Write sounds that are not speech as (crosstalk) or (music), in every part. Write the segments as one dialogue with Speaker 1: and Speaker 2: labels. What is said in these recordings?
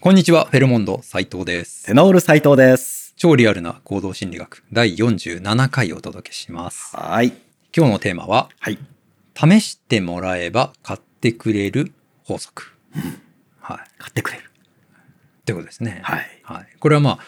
Speaker 1: こんにちは、フェルモンド斉藤です。
Speaker 2: テノール斉藤です。
Speaker 1: 超リアルな行動心理学第47回お届けします。
Speaker 2: はい。
Speaker 1: 今日のテーマは、
Speaker 2: はい。
Speaker 1: 試してもらえば買ってくれる法則。はい。
Speaker 2: 買ってくれる。
Speaker 1: ということですね。
Speaker 2: はい。
Speaker 1: はい。これはまあ、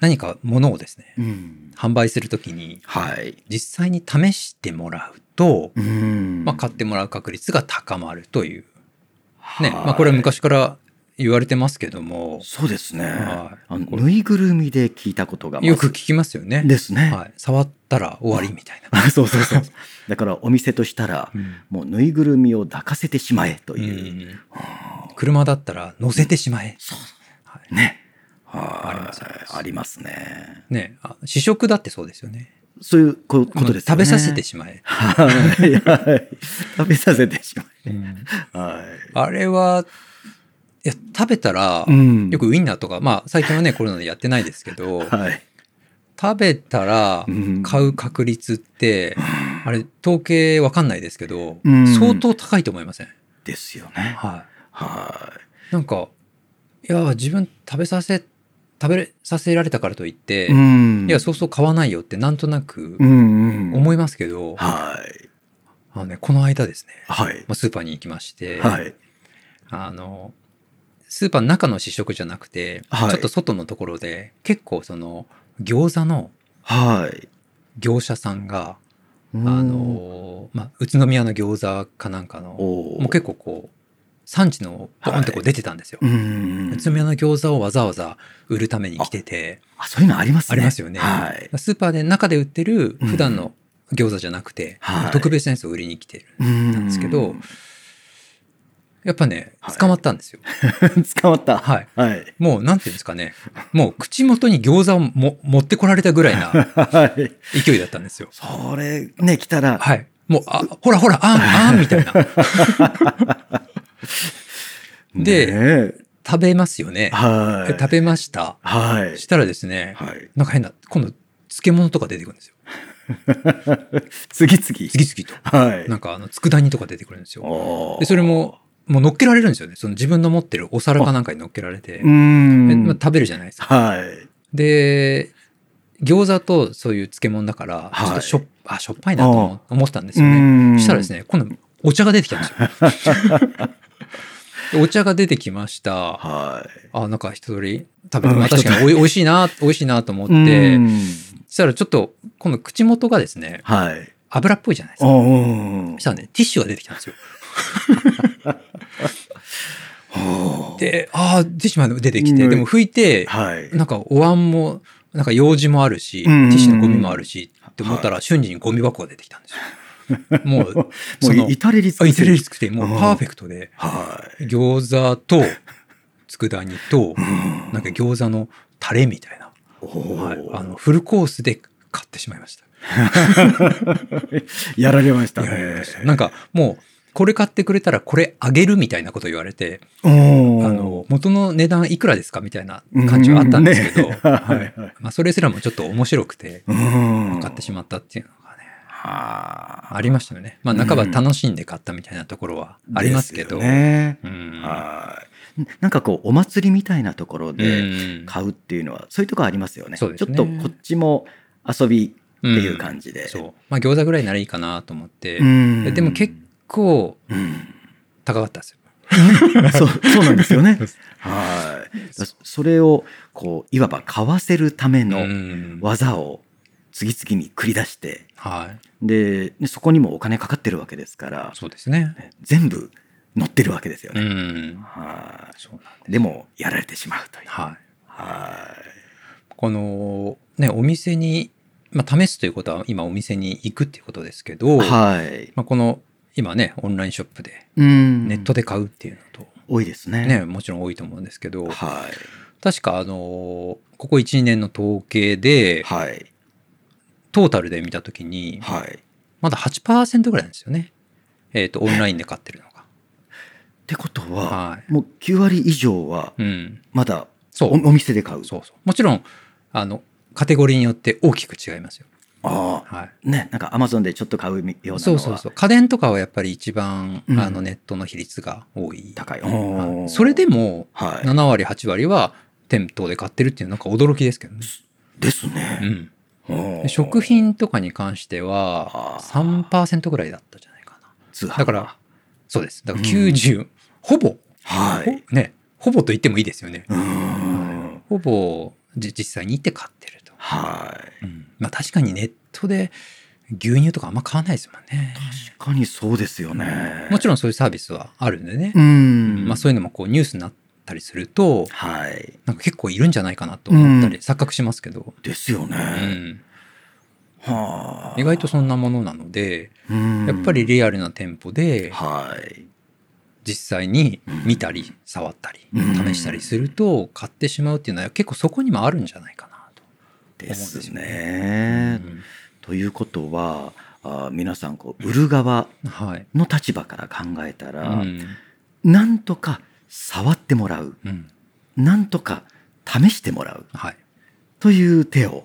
Speaker 1: 何か物をですね、
Speaker 2: うん。
Speaker 1: 販売するときに、
Speaker 2: はい。
Speaker 1: 実際に試してもらうと、
Speaker 2: うん
Speaker 1: まあ、買ってもらう確率が高まるという。
Speaker 2: は
Speaker 1: ね。
Speaker 2: い
Speaker 1: まあ、これは昔から言われてますけども、
Speaker 2: そうですね。
Speaker 1: は
Speaker 2: あ
Speaker 1: い
Speaker 2: のぬいぐるみで聞いたことがまず
Speaker 1: よく聞きますよね。
Speaker 2: ですね。
Speaker 1: はい。触ったら終わりみたいな。
Speaker 2: あそうそうそう。だからお店としたら、もうぬいぐるみを抱かせてしまえと
Speaker 1: う
Speaker 2: いう。
Speaker 1: ん車だったら乗せてしまえ。はい
Speaker 2: ね。
Speaker 1: あ
Speaker 2: は
Speaker 1: り
Speaker 2: い
Speaker 1: ますあります
Speaker 2: ありますね。
Speaker 1: ねあ試食だってそうですよね。
Speaker 2: そういうこことですよ
Speaker 1: 食
Speaker 2: ね。
Speaker 1: べさせてしまえ。
Speaker 2: はいはい。食べさせてしまえ。は
Speaker 1: あれは、いや、食べたら、
Speaker 2: い。ん
Speaker 1: よくウインナーとか、まあ最近は
Speaker 2: (laughs)
Speaker 1: ね、コロナでやってないですけど、
Speaker 2: はい。
Speaker 1: 食べたら
Speaker 2: うん
Speaker 1: 買う確率って、あれ、統計わかんないですけど
Speaker 2: うん、
Speaker 1: 相当高いと思いません。
Speaker 2: ですよね。
Speaker 1: は。
Speaker 2: はい
Speaker 1: なんか、いや、自分食べさせ、食べさせられたからといって、
Speaker 2: い。ん
Speaker 1: いや、そうそう買わないよってなんとなく
Speaker 2: うんうん、
Speaker 1: 思いますけど、
Speaker 2: はい。
Speaker 1: あのね、この間ですね、
Speaker 2: はい。
Speaker 1: まあスーパーに行きまして、
Speaker 2: はい。
Speaker 1: あの、スーパーの中の試食じゃなくて、
Speaker 2: はい
Speaker 1: ちょっと外のところで、結構その、餃子の
Speaker 2: はい。
Speaker 1: 業者さんが、あ、
Speaker 2: あ
Speaker 1: の、まあ、宇都宮の餃子かなんかの、も
Speaker 2: お
Speaker 1: う結構こう、産地のボーンってこ
Speaker 2: は
Speaker 1: う
Speaker 2: い
Speaker 1: 出てたんですよ。
Speaker 2: 構、うん
Speaker 1: 宇。都宮の餃子をわざわざ売るために来てて、
Speaker 2: あ、そういうのあります
Speaker 1: あ
Speaker 2: ね。
Speaker 1: りますよね。
Speaker 2: はい。
Speaker 1: スーパーで中で売ってる
Speaker 2: うん
Speaker 1: 普段の餃子じゃなくて、
Speaker 2: はい
Speaker 1: 特別なやつを売りに来てる。
Speaker 2: うん
Speaker 1: なんですけど、やっぱね
Speaker 2: はい、
Speaker 1: 捕まったんですよ。
Speaker 2: (laughs) 捕まった。
Speaker 1: はい。
Speaker 2: はい。
Speaker 1: もう、なんていうんですかね。もう、口元に餃子をも持ってこられたぐらい
Speaker 2: (laughs)
Speaker 1: な
Speaker 2: はい。
Speaker 1: 勢いだったんですよ。
Speaker 2: それ、ね、来たら、
Speaker 1: はい。もう、あ、ほらほら、あん、あん、みたいな。で、
Speaker 2: ね
Speaker 1: 食べますよね。
Speaker 2: はい
Speaker 1: で。食べました。
Speaker 2: はい。
Speaker 1: したらですね、
Speaker 2: はい。
Speaker 1: なんか変な、今度、漬物とか出てくるんですよ。
Speaker 2: 次
Speaker 1: 次
Speaker 2: 々。
Speaker 1: 々
Speaker 2: はい
Speaker 1: と。な。んか、あの、佃煮とか出てくるんですよ。
Speaker 2: おー
Speaker 1: で、それ、も、もう乗っけられるんですよね。その自分の持ってるお皿かなんかに乗っけられて、
Speaker 2: う
Speaker 1: でまあ
Speaker 2: ん。
Speaker 1: 食べるじゃないですか。
Speaker 2: はい。
Speaker 1: で、餃子とそういう漬物だから、
Speaker 2: はい
Speaker 1: ちょっとしょっ、あ、しょっぱいなと思思ってたんですよね。
Speaker 2: ん
Speaker 1: したらです。ね、今度、お茶が出てきたんです
Speaker 2: (laughs)
Speaker 1: よ。でお茶が出てきました。
Speaker 2: は
Speaker 1: あ、なんか一通り食べて、
Speaker 2: うん
Speaker 1: まあ確かにおいおいしいな、おいしいなと思っ
Speaker 2: い。
Speaker 1: て
Speaker 2: う、ん
Speaker 1: そしたらちょっと、今度口元がですね、
Speaker 2: はい。
Speaker 1: 油っぽいじゃないですか。
Speaker 2: おー
Speaker 1: そしたらね、ティッシュが出てきたんですよ。
Speaker 2: おー
Speaker 1: で、ああ、ティッシュまで出てき
Speaker 2: う
Speaker 1: て、
Speaker 2: ん
Speaker 1: でも拭いて、
Speaker 2: はい。
Speaker 1: なんかお椀も、なんか用事もあるし、テ
Speaker 2: うんうんう
Speaker 1: ィ
Speaker 2: ん
Speaker 1: ッシュのゴミもあるし、って思ったら瞬時にゴミ箱が出てきたんですよ。もう、そ
Speaker 2: (laughs) も
Speaker 1: の
Speaker 2: う、、至れり尽
Speaker 1: あ
Speaker 2: く
Speaker 1: イ
Speaker 2: せ
Speaker 1: テ
Speaker 2: り
Speaker 1: レリスくて、もうパーフェクトで、
Speaker 2: は
Speaker 1: 餃子と、佃煮と、
Speaker 2: い。うん
Speaker 1: なんか餃子のタレみたいな、
Speaker 2: おー
Speaker 1: はいあの、フルコースで買ってしまいました。
Speaker 2: やられました
Speaker 1: いやいやい
Speaker 2: ね。
Speaker 1: やなんかもう、これ買ってくれたらこれあげるみたいなこと言われて、
Speaker 2: お
Speaker 1: あ
Speaker 2: ー、
Speaker 1: の、元の値段いくらですかみたいな感じはあったんですけど、
Speaker 2: うんね (laughs)
Speaker 1: は
Speaker 2: はい
Speaker 1: いまあ、それすらもちょっと面白くて、
Speaker 2: うん。
Speaker 1: 買ってしまったっていうのがね、
Speaker 2: は
Speaker 1: ありましたよね。まあ、半ば楽しんで買ったみたいなところは
Speaker 2: ー
Speaker 1: ありますけど。
Speaker 2: ですよね。
Speaker 1: うん
Speaker 2: はい。なんかこう、お祭りみたいなところ
Speaker 1: う
Speaker 2: で
Speaker 1: ん
Speaker 2: 買うっていうのは、そういうとこありますよね。
Speaker 1: そうですね
Speaker 2: ちょっとこっちも遊びっていう感じで。
Speaker 1: そう。まあ、餃子ぐらいならいいかなと思って、
Speaker 2: う
Speaker 1: 結
Speaker 2: ん。
Speaker 1: でも結構
Speaker 2: うん
Speaker 1: 高かったんですよ。
Speaker 2: そう、そうなんですよね
Speaker 1: (laughs) そうです。
Speaker 2: はい。だそれを、こう、いわば買わせるため
Speaker 1: う
Speaker 2: の
Speaker 1: ん
Speaker 2: 技を次々に繰り出して、
Speaker 1: はい。
Speaker 2: で、ねそこにもお金かかってるわけですから、
Speaker 1: そうですね。
Speaker 2: 全部乗ってるわけですよ
Speaker 1: う
Speaker 2: ね。
Speaker 1: ん。
Speaker 2: は
Speaker 1: そうなん
Speaker 2: い。でも、やられてしまうという。
Speaker 1: はい。
Speaker 2: は
Speaker 1: この、ね、お店に、まあ、試すということは、今お店に行くっていうことですけど、
Speaker 2: い。はい。
Speaker 1: まあ、この、今ね、オンラインショップで、
Speaker 2: うん
Speaker 1: ネットで買うっていうのと、
Speaker 2: 多いですね。
Speaker 1: ね、もちろん多いと思うんですけど、
Speaker 2: は
Speaker 1: 確か、あのー、ここ1、2年の統計
Speaker 2: い。
Speaker 1: で、
Speaker 2: はい。
Speaker 1: トータルで見たときに、
Speaker 2: はい。っ
Speaker 1: まだ8%ぐらいなんですよね。えっ、と、オンラインで買ってるの
Speaker 2: てこと
Speaker 1: が。
Speaker 2: は、
Speaker 1: は。
Speaker 2: もう9割以上はい
Speaker 1: うん。
Speaker 2: まだ
Speaker 1: そ
Speaker 2: お
Speaker 1: う。
Speaker 2: お店で買う。
Speaker 1: そうそう。もちろん、あの、カテゴリーによって大きく違いますよ。
Speaker 2: ああ、
Speaker 1: はい。
Speaker 2: ね、なんかアマゾンでちょっと買うようなのは
Speaker 1: そうそうそう。家電とかはやっぱり一番、
Speaker 2: うん
Speaker 1: あのネットの比率が多い。
Speaker 2: 高い。
Speaker 1: は
Speaker 2: おー
Speaker 1: いそれで、も、
Speaker 2: はい
Speaker 1: 7割、8割は店頭で買ってるっていうのはなんか驚きですけどね。
Speaker 2: です
Speaker 1: う
Speaker 2: ね。
Speaker 1: ん。
Speaker 2: おー
Speaker 1: で食品とかに関しては
Speaker 2: あー
Speaker 1: 3%ぐらいだったじゃないか
Speaker 2: 通販
Speaker 1: な。だから、そうです。だから
Speaker 2: うん
Speaker 1: 90、ほぼ、
Speaker 2: はい。
Speaker 1: ほね、ほぼと言ってもいいですよね。
Speaker 2: うーん。
Speaker 1: ほぼじ実際に行って買ってると。
Speaker 2: はい。
Speaker 1: うんまあ確かにネットで牛乳とかあんま買わないですもんね。
Speaker 2: 確かにそうですよね。
Speaker 1: もちろんそういうサービスはあるんでね。
Speaker 2: ろん。うん。
Speaker 1: まあそういうのもこうニュースになったりすると、
Speaker 2: はい。
Speaker 1: なんか結構いるんじゃないかなと思ったり、
Speaker 2: うん
Speaker 1: 錯覚しますけど、
Speaker 2: ですよ
Speaker 1: う
Speaker 2: ね。
Speaker 1: ん、
Speaker 2: はあ。
Speaker 1: 意外とそんなものなので、
Speaker 2: うん、
Speaker 1: やっぱりリアルな店舗で
Speaker 2: はい。
Speaker 1: 実際に見たり触ったり
Speaker 2: う
Speaker 1: 試
Speaker 2: ん
Speaker 1: したりすると買ってしまうっていうのは結構そこにもあるんじゃないかなと。
Speaker 2: です
Speaker 1: う
Speaker 2: ね。
Speaker 1: ん
Speaker 2: ということは、あー皆さんこう売る側
Speaker 1: はい。
Speaker 2: の立場から考えた
Speaker 1: う
Speaker 2: ら、
Speaker 1: ん
Speaker 2: なんとか触ってもらう、
Speaker 1: うん
Speaker 2: なんとか試してもらう
Speaker 1: はい。
Speaker 2: という手を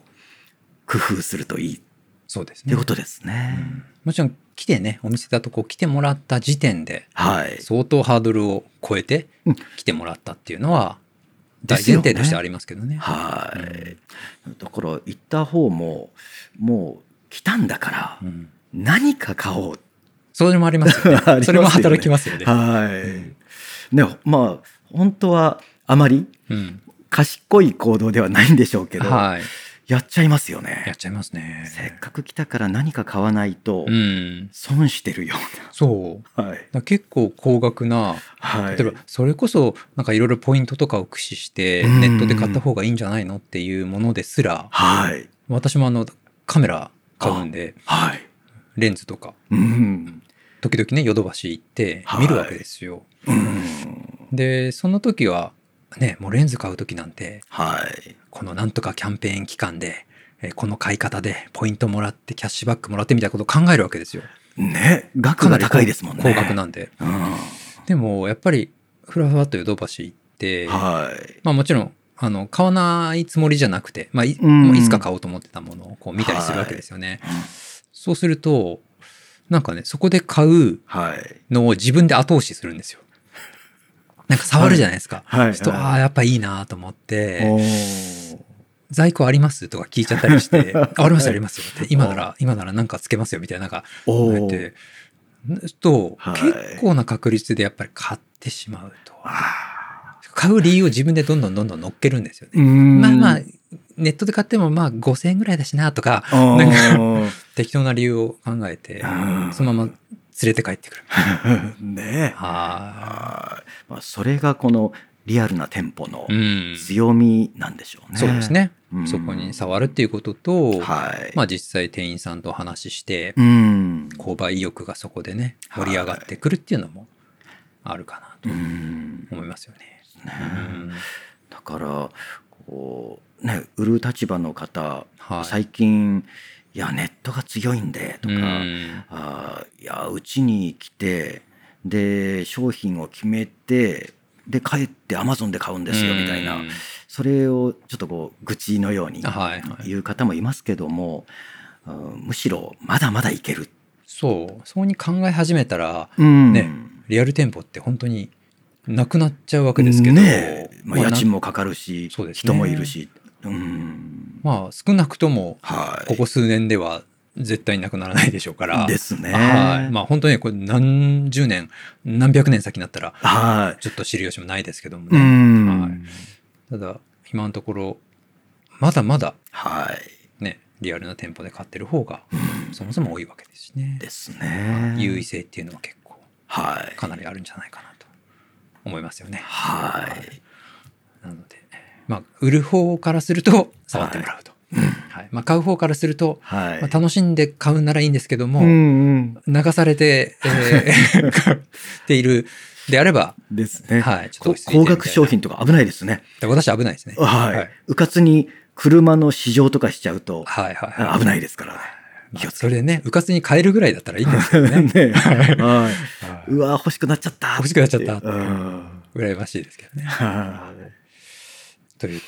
Speaker 2: 工夫するといいっ
Speaker 1: そうですね。
Speaker 2: てことですね。
Speaker 1: もちろん来てねお店だとこう来てもらった時点で
Speaker 2: はい。
Speaker 1: 相当ハードルを超えて
Speaker 2: うん
Speaker 1: 来てもらったっていうのは
Speaker 2: で
Speaker 1: 大
Speaker 2: す
Speaker 1: 前
Speaker 2: よね
Speaker 1: 提としてありますけどね。
Speaker 2: はい。だから行った方も、もう来たんだから
Speaker 1: う、ん、
Speaker 2: 何か買おう
Speaker 1: そ (laughs) れもありますよ
Speaker 2: (laughs) ありますよ
Speaker 1: ね。
Speaker 2: ね
Speaker 1: それも働きますよね。
Speaker 2: はい。ね、まあ、本当はあまり
Speaker 1: うん、
Speaker 2: 賢い行動ではないんでしょうけど、
Speaker 1: はい。
Speaker 2: やっちゃいますよ
Speaker 1: やっ
Speaker 2: ね。
Speaker 1: ちゃいますね。
Speaker 2: せっかく来たから何か買わないと
Speaker 1: うん、
Speaker 2: 損してるよ
Speaker 1: そう。だか
Speaker 2: うな。はい。
Speaker 1: ら結構高額な
Speaker 2: はい。
Speaker 1: 例えばそれこそなんかいろいろポイントとかを駆使して
Speaker 2: うん
Speaker 1: ネットで買った方がいいんじゃないのっていうものですら
Speaker 2: はい。
Speaker 1: 私もあのカメラ買うんで
Speaker 2: はい。
Speaker 1: レンズとか
Speaker 2: うん。
Speaker 1: 時々ねヨドバシ行って見るわけですよ。
Speaker 2: うん。
Speaker 1: でその時はねもうレンズ買う時なんて
Speaker 2: はい。
Speaker 1: このなんとかキャンペーン期間で、えーこの買い方でポイントもらってキャッシュバックもらってみたいなことを考えるわけですよ。
Speaker 2: ね、
Speaker 1: か
Speaker 2: 額
Speaker 1: な
Speaker 2: が
Speaker 1: り
Speaker 2: 高いですもんね。
Speaker 1: 高額。なんで。でもやっぱりふらふらとヨドバシ行って、
Speaker 2: うん。はい。
Speaker 1: まあもちろんあの買わないつもりじゃなくて、まあい,、
Speaker 2: うん
Speaker 1: もういつか買おうと思ってたものをこう見たりするわけですよね。そうするとなんかねそこで買う
Speaker 2: はい。
Speaker 1: のを自分で後押しするんですよ。なんか触るじゃないですか。
Speaker 2: はい。
Speaker 1: ちょっと、ああ、やっぱいいなと思って、
Speaker 2: おー
Speaker 1: 在庫ありますとか聞いちゃったりして、ああります
Speaker 2: (laughs) はい
Speaker 1: ありますよって、今なら、今ならなんかつけますよみたいな、なんか、
Speaker 2: お
Speaker 1: 言っ
Speaker 2: ー
Speaker 1: て、と、
Speaker 2: はい
Speaker 1: 結構な確率でやっぱり買ってしまうと。
Speaker 2: あ
Speaker 1: 買う理由を自分でどんどんどんどん乗っけるんですよ
Speaker 2: ーう
Speaker 1: ね。
Speaker 2: ん
Speaker 1: まあまあ、ネットで買ってもまあ5000円ぐらいだしなとか、 (laughs)
Speaker 2: あ
Speaker 1: なん
Speaker 2: ー
Speaker 1: 適当な理由を考えて、
Speaker 2: うん
Speaker 1: そのまま連れて帰ってくる。
Speaker 2: ねえ
Speaker 1: は
Speaker 2: あーまあ、それがこのリアルな店舗の
Speaker 1: い。うん。
Speaker 2: 強みなんでしょうね。
Speaker 1: そうですね。
Speaker 2: うん
Speaker 1: そこに触るっていうことと、
Speaker 2: はい。
Speaker 1: まあ実際店員さんとお話しして、
Speaker 2: うん
Speaker 1: 購買意欲がそこでね
Speaker 2: はい
Speaker 1: 盛り上がってくるっていうのもあるかなと
Speaker 2: うん
Speaker 1: 思いますよね。
Speaker 2: ね
Speaker 1: うん
Speaker 2: だからこう、ね、売る立場の方、
Speaker 1: はい
Speaker 2: 最近いやネットが強いんでとか、
Speaker 1: うん
Speaker 2: あーいやうちに来てで商品を決めてで帰ってアマゾンで買うんですよみたいな、
Speaker 1: うん
Speaker 2: それをちょっとこう愚痴のように
Speaker 1: はいはい、
Speaker 2: 言う方もいますけども、うんむしろまだまだいける、
Speaker 1: そうそうに考え始めたら
Speaker 2: うん
Speaker 1: ねリアル店舗って本当になくなっちゃうわけですけど、
Speaker 2: ねえまあ、
Speaker 1: まあ
Speaker 2: 家
Speaker 1: な
Speaker 2: 賃もかかるし、
Speaker 1: そうですね
Speaker 2: 人もいるし、うん、
Speaker 1: まあ少なくとも
Speaker 2: はい
Speaker 1: ここ数年では絶対なくならないでしょうから。
Speaker 2: ですね
Speaker 1: はいまあ本当にこれ何十年何百年先になったら
Speaker 2: はい
Speaker 1: ちょっと知る由もないですけども
Speaker 2: う
Speaker 1: ね、
Speaker 2: ん
Speaker 1: はいただ今のところまだまだ
Speaker 2: はい
Speaker 1: ねリアルな店舗で買ってる方がそもそも多いわけですしね
Speaker 2: ですね
Speaker 1: 優位性っていうのは結構
Speaker 2: はい
Speaker 1: かなりあるんじゃないかなと思いますよね
Speaker 2: はい
Speaker 1: なのでまあ売る方からすると触ってもらうと、はいまあ、買う方からすると、
Speaker 2: はい、
Speaker 1: まあ、楽しんで買うならいいんですけども、
Speaker 2: うん
Speaker 1: 流されて、え
Speaker 2: (laughs)
Speaker 1: ー買っているであれば、
Speaker 2: うん、ですね、
Speaker 1: はい、ちょっと
Speaker 2: こ
Speaker 1: 落ち着いて
Speaker 2: 高
Speaker 1: みたいな
Speaker 2: 額商品とか危ないですね
Speaker 1: 私危ないですね
Speaker 2: はい、
Speaker 1: はい、
Speaker 2: うかつに車の試乗とかしちゃうと
Speaker 1: はいはいはい
Speaker 2: 危ないですからね
Speaker 1: ま
Speaker 2: 気を
Speaker 1: あ、
Speaker 2: つ
Speaker 1: それでね、うかつに変えるぐらいだったらいいんですけど
Speaker 2: (laughs)
Speaker 1: ね。 (laughs)
Speaker 2: ねは
Speaker 1: はい
Speaker 2: い、うわ欲しくなっちゃった
Speaker 1: 欲しくなっちゃった
Speaker 2: うん
Speaker 1: 羨ましいですけどね。
Speaker 2: はい
Speaker 1: というこ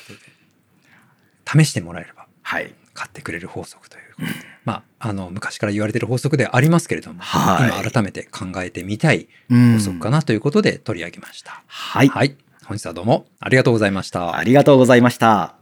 Speaker 1: とで、試してもらえれば
Speaker 2: はい。
Speaker 1: 買ってくれる法則ということで、まあ、あの昔から言われてる法則ではありますけれども、
Speaker 2: はい
Speaker 1: 今改めて考えてみたい
Speaker 2: うん
Speaker 1: 法則かなということで取り上げました。
Speaker 2: はい。
Speaker 1: はい、本日はどうもありがとうございました。
Speaker 2: ありがとうございました。